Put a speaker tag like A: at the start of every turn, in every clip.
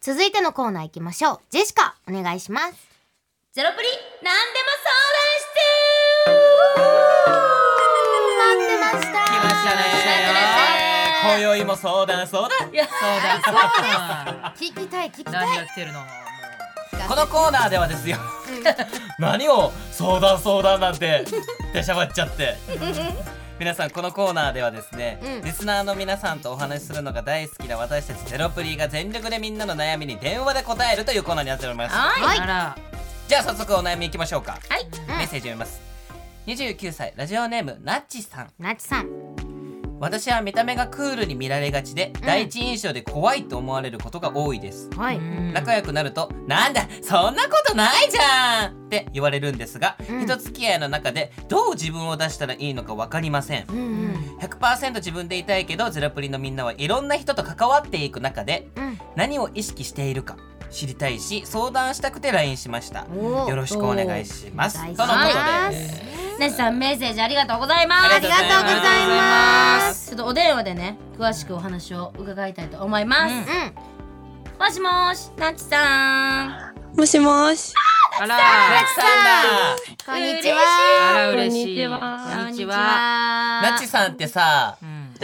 A: 続いてのコーナー行きましょう。ジェシカ、お願いします。
B: ゼロプリなんでも
A: 待ってました
C: 来ましたね
B: 来ましたね
C: 今宵も相談相談
B: 相談していや
C: 相談
A: 聞きたい、聞きたい。
C: 何が来てるのもうこのコーナーではですよ何を相談相談なんてでしゃばっちゃって皆さんこのコーナーではですね、
A: うん
C: リスナーの皆さんとお話しするのが大好きな私たちゼロプリが全力でみんなの悩みに電話で答えるというコーナーになっております
A: は
B: はいいあら
C: じゃあ早速お悩みいきましょうか
B: はい。
A: うん
C: メッセージ読みます29歳ラジオネームなっちさん
A: なちさん。
C: 私は見た目がクールに見られがちで、
A: ん
C: 第一印象で怖いと思われることが多いです
A: はいう
B: ん
C: 仲良くなると「なんだそんなことないじゃん!」って言われるんですが、
A: うん
C: 人付き合いの中でどう自分を出したらいいのか分かりません
A: うんうん。
C: 100%自分でいたいけどゼラプリのみんなはいろんな人と関わっていく中で
A: うん。
C: 何を意識しているか知りたいし相談したくて LINE しました
A: おー
C: よろしくお願いします
A: おー
C: との
A: お願い
C: こ
A: しま
C: と
A: す
C: です
B: なっちさんメッセージありがとうございます
C: ありがとうございます
B: すちょっとお電話でね詳しくお話を伺いたいと思います、
C: うん
A: う
B: もしもしなっちさん
D: もしもし。
E: あら、
C: なっちさんだ
A: ん。こんにちは。
E: あら嬉しい。
D: こんにちは
E: こんにちは。
C: なっちさんってさ
E: うん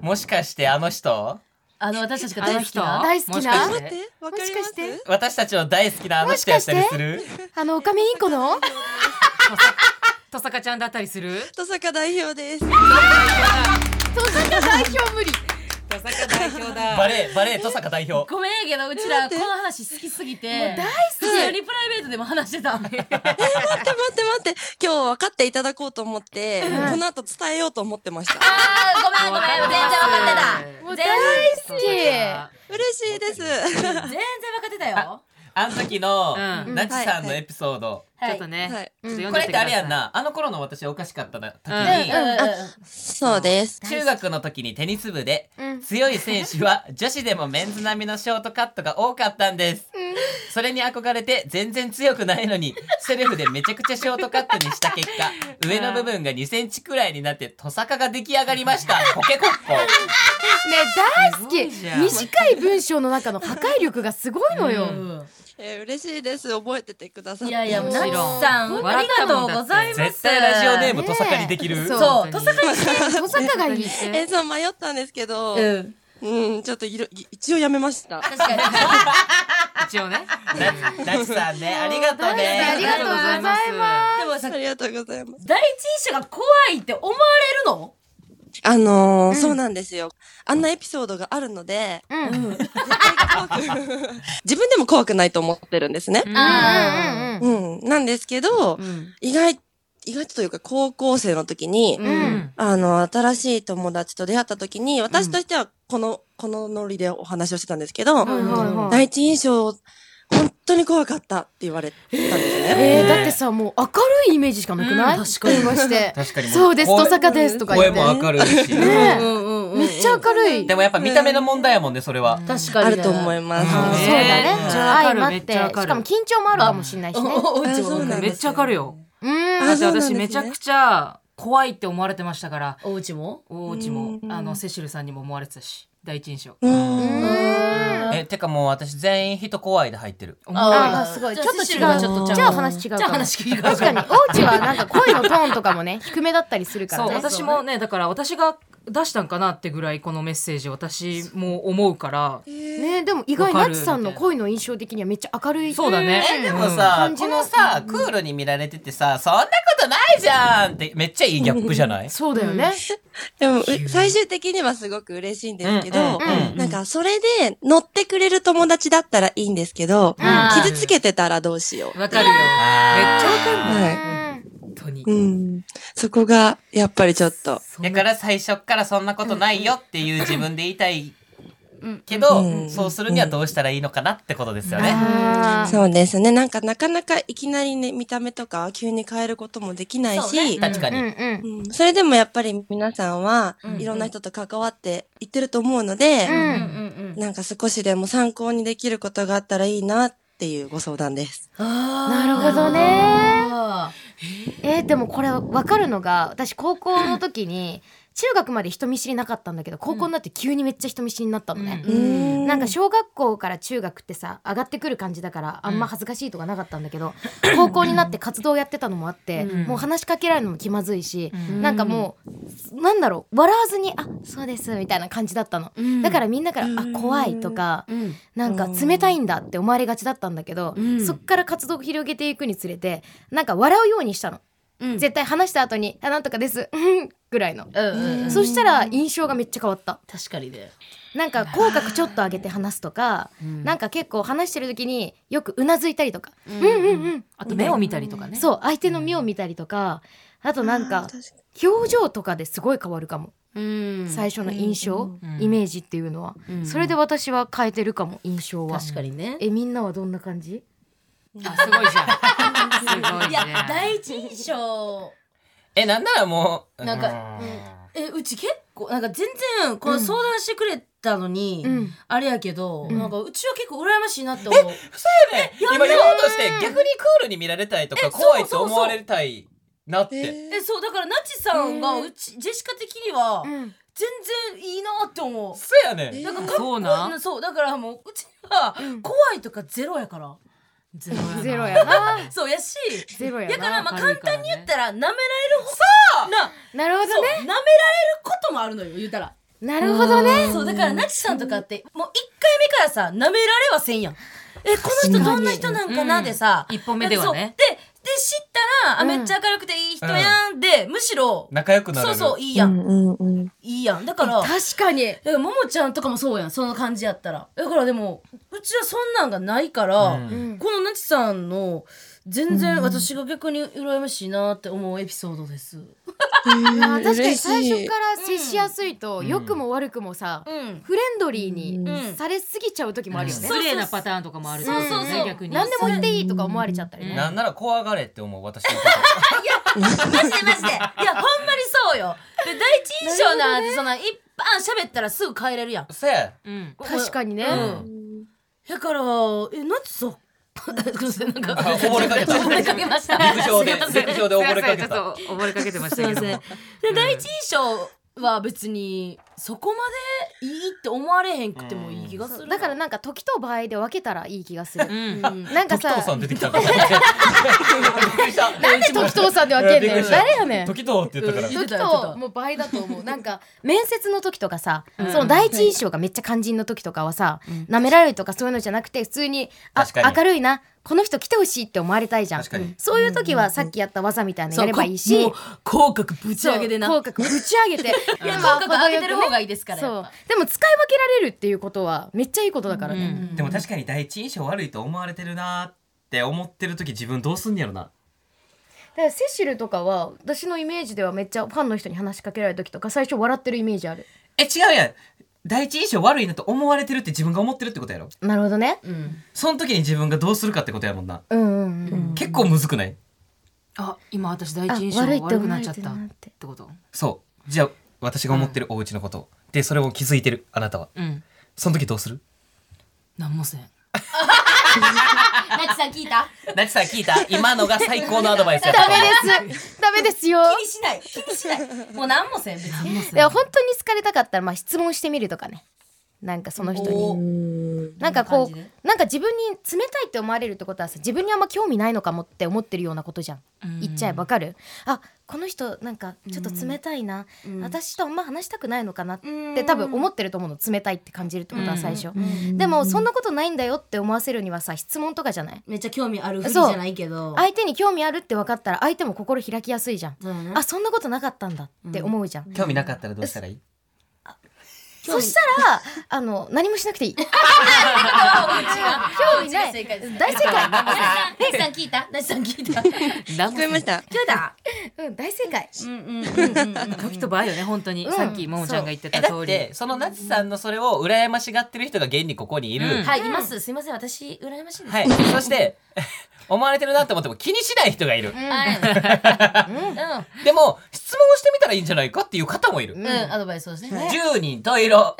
C: もしかしてあの人
B: あの私たちが
E: あの
B: 大好き
E: 人
B: な
A: 大好きな
E: もしかして
D: わ
A: もしかして
C: 私たちの大好きなあの人やったりする
A: あの、オカメインコの
E: とさかちゃんだったりする？
D: 登坂代表です。
A: 登坂代表無理。
E: とさか代表だ
C: バレーバレー登坂代表
B: ごめんやけどうちらこの話好きすぎてもう大
A: き
B: よりプライベートでも話してた
D: えー、待って待って待って。今日分かっていただこうと思って、この後伝えようと思ってました。
B: あーごめんごめん全然分かってた
A: もう
B: 全
A: 大
B: 然
A: 好
D: 嬉しいです。
B: 全然分かってたよ
C: あの時の
E: うん
C: なっちさんのエピソード
B: は
E: ち
B: い
E: ょっと
D: は
E: ね
D: い。
E: ちょっと読ん
C: こ
E: で
C: れ
E: っ
C: ってて
E: く
C: あ
E: ださい。
C: れやんなあの頃の私おかしかったな時
E: うん
B: うんう
C: に
B: ん
D: そうです。
C: 中学の時にテニス部で
A: うん
C: 強い選手は女子でもメンズ並みのショートカットが多かったんですそれに憧れて全然強くないのにセルフでめちゃくちゃショートカットにした結果上の部分が2センチくらいになってトサカが出来上がりましたポケコッコ
A: き。ね、
E: すごいじゃ
A: 大
E: ん
A: 好き。短い文章の中の破壊力がすごいのよ。
D: えー、嬉しいです。覚えててくださっ
B: い
D: て。
B: やいやもう
A: も
B: なっ
A: ち
B: ち
A: ろん
B: さんありがとうございます
C: 絶対ラジオネーム
A: ね
C: トサカにできる
A: そう
B: そうとさか
A: 登坂がいい。
D: えー、そう迷ったんですけど、うん、
B: うん
D: ちょっといろ一応やめました。
B: 確かに
E: 一応ね。
C: ななっちさんねありがとうね
A: ありがとうございます
B: でも
D: あ
B: さ
D: りがとうございます。
B: 第一印象が怖いって思われるの
D: あのーそうなんですよ。あんなエピソードがあるので、
A: うん。うんうんうん
D: 自分でも怖くないと思ってるんですね。
E: うん
A: うん。
D: うん。なんですけど、
E: うん
D: 意外、意外とというか高校生の時に、
A: う
E: うんん。
D: あの、新しい友達と出会った時に、私としてはこの、このノリでお話をしてたんですけど、
A: はいはいはい。
D: 第一印象、本当に怖かったって言われたんですね。
A: えー、だってさもう明るいイメージしかなくない、
B: うん
A: 確かに電話 して
C: 確かにも
A: そうです
C: 声
A: 登坂ですとか言
C: 声
A: って
C: も明るいし
A: ねえ
B: んうん
A: めっちゃ明るい
C: でもやっぱ見た目の問題やもんねそれは
B: 確
D: あ
B: かに
D: ると思います。
A: あー
E: ね
A: そうだね
E: めっ
A: ち
E: ち
A: ょ
E: ゃわか
A: 相
E: る
A: まっ
E: めっち
A: て
E: ゃわ
A: し
E: かる
A: かも緊張もあるかもしれないしね
D: あそうなん
E: め
D: で
E: っ
D: す
E: ちゃわかるよ。
A: うん
D: あ
E: だって
D: そうなんです
E: 私
D: ね
E: めちゃくちゃ怖いって思われてましたから、
B: おうちも
E: おうちも
D: うん
E: あのセシルさんにも思われてたし、第一印象。
D: う。
A: うんん
C: えてかもう私全員人怖いで入ってる
E: 思われ
A: あーすごいちょっと違う
B: じ
A: じ
B: ゃ
A: ゃ
B: あ
A: あ
B: ちょっとちゃう
A: 話違うか
B: じゃあ
A: も
B: 話聞いて
A: 確かにおうちはなんか声のトーンとかもね低めだったりするか
E: そ
A: ら
E: う
A: ね
E: 私もねだから私が出したんかなってぐらいこのメッセージ私も思うから
A: ねでも意外
E: わか
A: な
E: る
A: ちさんの声の印象的にはめっちゃ明るい
E: そうだね
C: えでもさ、
A: うん
C: このさクールに見られててさそんなことないじゃんってめっちゃいいギャップじゃない
A: そうだよね、
D: でも、う最終的にはすごく嬉しいんですけど、
C: うんうん
A: うん
C: うん
D: なんか、それで乗ってくれる友達だったらいいんですけど、
A: あー
D: 傷つけてたらどうしよう。
E: わかるよめっちゃわかる
D: は
A: うん
E: 本当に
D: い。うん。そこが、やっぱりちょっと。
E: そんな
C: だから最初っからそんなことないよっていう自分で言いたいけ
D: う
C: ど
D: ん
C: そうするにはどうしたらいいのかなってことですよね
A: あー
D: そうですね。なんか、なかなかいきなりね、見た目とか急に変えることもできない
B: そう
D: し、
B: ね
C: 確か
A: うん
C: に
A: うん
D: うんそれでもやっぱり皆さんは
B: うん
D: いろんな人と関わっていってると思うので、
A: うん
B: うんうん
D: なんか少しでも参考にできることがあったらいいなっていうご相談です。
A: な
B: な
A: るほどね
B: あ
A: えーでもこれ分かるのが私高校の時に中学まで人見知りなかったんだけど高校になって急にめっちゃ人見知りになったのね、
E: うん
D: うん
A: なんか小学校から中学ってさ上がってくる感じだからあんま恥ずかしいとかなかったんだけど、高校になって活動やってたのもあって、
E: うん
A: もう話しかけられるのも気まずいし、
E: ん
A: なんかもうなんだろう笑わずに「あそうです」みたいな感じだったの。だからみんなから
D: う
A: 「あ
D: ん
A: 怖い」とか
B: うん
A: なんか冷たいんだって思われがちだったんだけど、
B: うん
A: そっから活動を広げていくにつれてなんか笑うようにしたの、
B: うん
A: 絶対対話した後に「あなんとかです」うんぐらいの、
B: うんうんうん
A: そしたら印象がめっちゃ変わった
B: 確かにね
A: なんか口角ちょっと上げて話すとか、
B: ん
A: なんか結構話してる時によくうなずいたりとか「うんんうんうん」
E: あと目を見たりとかね。
A: そう相手の目を見たりとかあとなん
D: あー
A: か
D: 確に
A: 表情とかですごい変わるかも、
B: うん
A: 最初の印象、
C: うん
A: イメージっていうのは、
B: うん
A: それで私は変えてるかも印象は
B: 確かにね
A: えみんなはどんな感じ
E: あすごいじゃん。すごい
B: い
E: ね
B: や。第一印象
C: えなんならもう
B: なんか
C: う
B: えうち結構なんか全然この相談してくれたのに、
A: うん
B: あれやけど、
A: ん
B: なんかうちは結構羨ましいなって思う
C: そうやね今言おうとして逆にクールに見られたいとか
B: えそう
C: 怖いと思われたいなっ
D: え
C: て
B: え
D: ー
B: そうだからなちさんが
A: えー
B: うち、ジェシカ的には
A: うん
B: 全然いいなって思う
C: そうやね
D: え
B: なんかかっ
E: そ
B: こ
E: う
B: いい
E: な
B: なそうだからもううちは怖いとかゼロやから、
E: ゼロやな
A: ゼロやな
B: そうやし
A: ゼロやな
B: だからまあ簡単に言ったら舐められるほどな
A: なるほ
B: そ
A: ど
B: う
A: ね
B: 舐められることもあるのよ言うたら
A: なるほどね
B: そうだからなちさんとかってもう一回目からさ舐められはせんやんえこの人どんな人なんかなでさ、
E: 一本目ではね。
B: そうでで知ったら、あ
A: うん
B: めっちゃ明るくていい人やんで、むしろ
C: 仲良くなれ
B: そう
C: る
B: そういいやん、
D: うんうんうん。
B: いいやんだから
A: 確かに
B: だからももちゃんとかもそうやんその感じやったらだからでもうちはそんなんがないから、
C: うん
A: うん
B: このなちさんの全然私が逆に羨ましいなって思うエピソードですう
A: あー確かに最初からら接しやすいと
C: うん
A: 良くも悪くもさ
B: ん
A: フレンドリー
B: う
A: に
B: ん
A: されすぎちゃう時もあるよね
E: 失礼なパターンとかもある。
B: そうそうそう
E: 逆に。
A: 何でも言っていいとか思われちゃったりね
C: なんなら怖がれって思う私のこと
B: マジでマジでいやほんまにそうよで第一印象なんてそんな一般喋ったらすぐ帰れるやん
C: そうや
E: うん。
A: 確かにね
C: うん
B: だからえなちさんごめん なさいなんか
C: あ溺れかけた
B: 溺れかけました
C: 陸上で陸上で溺れかけ
E: すいませんち
C: た
E: ょっと溺れかけてまし
B: すい
E: た
B: ま
E: けど
B: せん
E: も。
B: で第一印象は別にそこまでいいって思われへんくてもいい気がする
A: だからなんか時と場合で分けたらいい気がする
E: うん。
B: うん
A: なんか
C: 時
A: さ
C: 藤さん出てきたからびっくりした
A: なんで時藤さんで分けん
C: いやび
A: ね
C: っくり
A: ん
C: した
A: 誰やねん
C: 時藤って言ったから
B: う
A: 時
B: ん言ってた言って
A: と
B: た
A: もう倍だと思うなんか面接の時とかさ、その第一印象がめっちゃ肝心の時とかはさ、舐められるとかそういうのじゃなくて普通にあ
C: 確かに
A: 明るいなこの人来てほしいって思われたいじゃん
C: 確かに
A: そういう時はさっきやった技みたいなのやればいいし
B: そうこもう口角ぶち
A: そう
B: 上げでな
A: 口角ぶち上 げて
B: いや
A: なんか
B: 口角上げてる方がいいですから
A: そ
B: や
A: う
B: っぱ
A: でも使い分けられるっていうことはめっちゃいいことだからね、
E: うん
C: でも確かに第一印象悪いと思われてるなーって思ってる時自分どうすんねやろな
A: だからセシルとかは私のイメージではめっちゃファンの人に話しかけられる時とか最初笑ってるイメージある
C: え違うやん第一印象悪いなと思われてるって自分が思ってるってことやろ
A: なるほどね
B: うん
C: その時に自分がどうするかってことやもんな
A: うんうんうん
C: 結構むずくない
E: あ今私第
A: あ
E: 一印象
A: 悪いって
E: 悪く
A: 思
E: な
A: わ
E: っ
A: れ
E: ちゃって
A: る
E: たっ
A: なって
E: てこと。
C: そうじゃあ私が思ってるお家のこと、でそれを気づいてるあなたは
E: うん。
C: その時どうする
E: なんもせん。
B: なちさん聞いた
C: なちさん聞いた今のが最高のアドバイスやっ
A: ダ
C: た
A: メです。ダメですよ。
B: 気にしない気にしないもう何もせん別
E: なん
B: に
E: もせん。
A: いや本当に好かれたかったらまあ質問してみるとかね。なんかその人
B: お
A: に。
D: うん
A: なんかこ
B: どんな感じ
A: うなんか自分に冷たいって思われるってことはさ自分にあんま興味ないのかもって思ってるようなことじゃん
E: うん
A: 言っちゃえばわかるあこの人なんかちょっと冷たいな、私とあんま話したくないのかなって多分思ってると思うの冷たいって感じるってことは最初、でもそんなことないんだよって思わせるにはさ質問とかじゃない
B: めっちゃ興味あるふりじゃないけど
A: 相手に興味あるって分かったら相手も心開きやすいじゃん、
B: そうやな
A: あそんなことなかったんだって思うじゃん、
C: 興味なかったらどうしたらいい
A: そしたら、あの、何もしなくてい い。興味な
B: 正
A: い
B: 解です。
A: 大正解。
B: なちさん聞いたなちさん聞いた聞い
E: な
D: 聞
E: んも
D: こ
E: せ
D: え
E: ん
D: ました。
B: た
A: うん、大正解。
B: うんうんうんうん
E: 時と場合よね本当に、
A: うん
E: さっきももちゃんが言って
C: え
E: た
C: だっ
E: 通り
C: てそのなちさんのそれを羨ましがってる人が現にここにいる、
E: うん
B: はい、います。すいません、私、羨ましいで す。
C: はいそして思われてるなって思っても気にしない人がいる
B: はい。
C: でも質問をしてみたらいいんじゃないかっていう方もいる、
B: うん、うん、アドバイスをですね。
C: 10人十色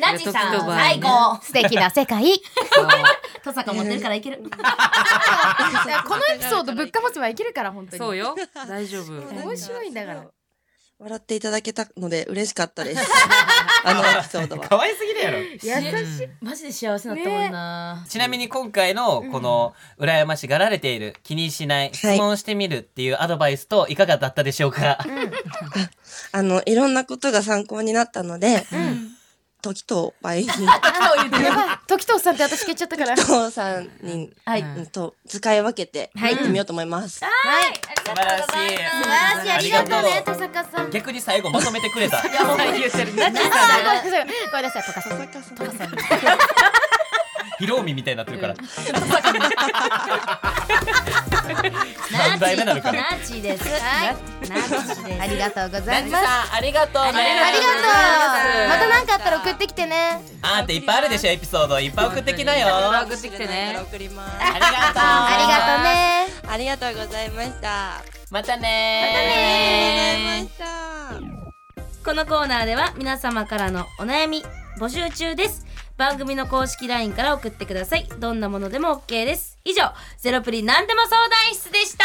B: なちさ
E: 時と
B: ん、
E: 場合ね
B: 最高。
A: 素敵な世界。
B: トサカ持ってるからいける。
A: このエピソードぶっかませばいけるから、本当に。
E: そうよ大丈夫
A: 面白いんだから。
D: 笑っていただけたので嬉しかったです。 あのエピソード は。
C: 可愛すぎるやろ
A: しい
B: マジで幸せだったもん な、
C: ちなみに今回のこの羨ましがられている気にしない質問してみるっていうアドバイスといかがだったでしょうか、
D: あの、いろんなことが参考になったので、時と倍に、
B: あの言って
A: やばい時藤さんって私消えちゃったから
D: とさんに、
B: はい
D: うんと使い分けて、やってみようと思います。
B: はいありがとうござい
A: 素
B: ま
A: 晴らしいありがとうね
C: ありがと
A: 登坂さん
C: 逆に最後まとめてくれた
A: あごめんなさいごめんなさいとかさ
D: 田
A: ん
D: 中さん
C: ヒロミみたいになってるから、
B: すナ
C: 何代目なのかな
B: ナチです
A: はい
B: ナチです
A: ありがとうございます
E: ありがとうね
A: ありがとうまた
B: な
A: 何かあったら送ってきてね
C: あんていっぱいあるでしょエピソードいっぱい送ってきなよ
E: 送
C: あ
E: ってきてね
D: 送ります。
C: りがとう
A: ありがとうね
D: ありがとうございました。あ
C: またね
D: り
A: またね
D: がとうございました。
B: このコーナーでは皆様からのお悩み募集中です番組の公式 LINE から送ってくださいどんなものでも OK です以上ゼロプリなんでも相談室でした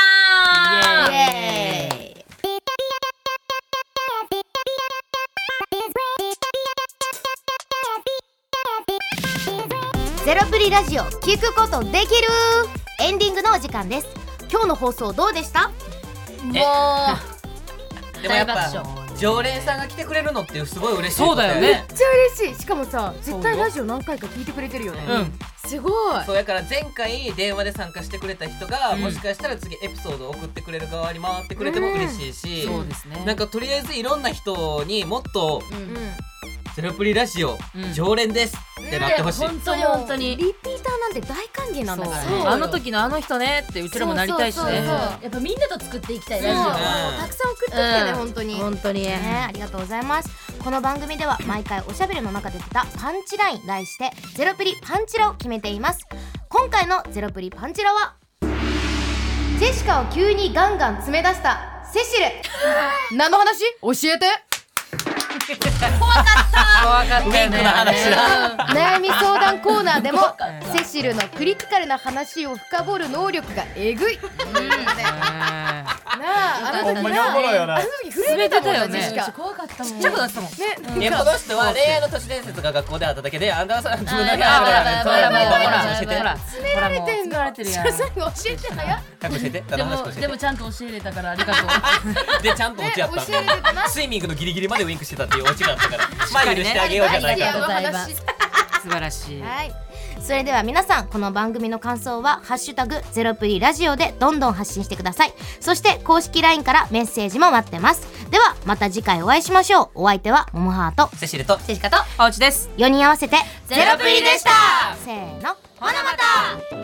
A: イエーイゼロプリラジオ聞くことできるエンディングのお時間です今日の放送どうでした
C: え
B: も
C: でもやっ
B: 大
C: ぱ
B: 爆
C: 常連さんが来てくれるのってすごい嬉しい
E: そうだよね
A: めっちゃ嬉しいしかもさ絶対ラジオ何回か聞いてくれてるよね
E: うん
A: すごい
C: そうやから前回電話で参加してくれた人が、
E: うん
C: もしかしたら次エピソードを送ってくれる側に回ってくれても嬉しいし、
E: そうですね
C: なんかとりあえずいろんな人にもっと
E: う
A: うん
C: 「ゼロプリラジオ、
E: うん
C: 常連です」ってなってほしい、
B: 本当に本当に
A: リピーターなんて大歓迎なんだから
E: そうあの時のあの人ねってうちらもなりたいし
A: そうそう
E: ね
A: そう
B: やっぱみんなと作っていきたい
A: そう
B: ラジオ
C: うん
A: たくさん送ってきてね、
B: うん
A: 本当に。
B: 本当に
A: ね、ありがとうございますこの番組では毎回おしゃべりの中で出たパンチライン題して「ゼロプリパンチラ」を決めています今回の「ゼロプリパンチラは」ジェシカを急にガンガン詰め出したセシル何の話教えて
E: 怖かっ
C: ウ
E: た
C: ィン
E: よ
C: ク
E: ね
C: の話だ、
A: 悩み相談コーナーでもセシルのクリティカルな話を深掘る能力がえぐい、
E: うん
A: なああの時
C: ほんまにおもろいよな
A: あの時震えてたもん
E: 震
A: な
E: えてたよね
A: ジェシカ
B: 怖かったもん
E: ちっちゃくなってたもん
A: ね
C: いやこの人は恋愛の都市伝説が学校であっただけでアンダーさん自分だけ
E: ほら
C: ある
E: ほ
C: から
E: ら
C: ねそうそ
E: ほら
C: うそう
E: ほら
A: 詰められてんの
E: ほらもう詰め ら
A: 最
E: れてる
A: 後教えて早っ
C: 隠してて
B: で
C: 棚橋
B: も
C: 君教
B: でも
C: え
B: ちゃんと教えれたからありがとう
C: てでちゃんと落ち合った、
A: ね教えててな
C: スイミングのギリギリまでウィンクしてたっていうオチがあったからまあ許してあげようじゃない
A: アイデ
C: か
A: ア
C: と
A: の話
E: ら素晴らしい
A: はいそれでは皆さんこの番組の感想は「ハッシュタグゼロプリラジオ」でどんどん発信してくださいそして公式 LINE からメッセージも待ってますではまた次回お会いしましょうお相手はモモハート
C: セシルと
B: ジェシカと
E: おうちです
A: 4人合わせて
B: ゼロプリでした
A: せーの
B: ほなまた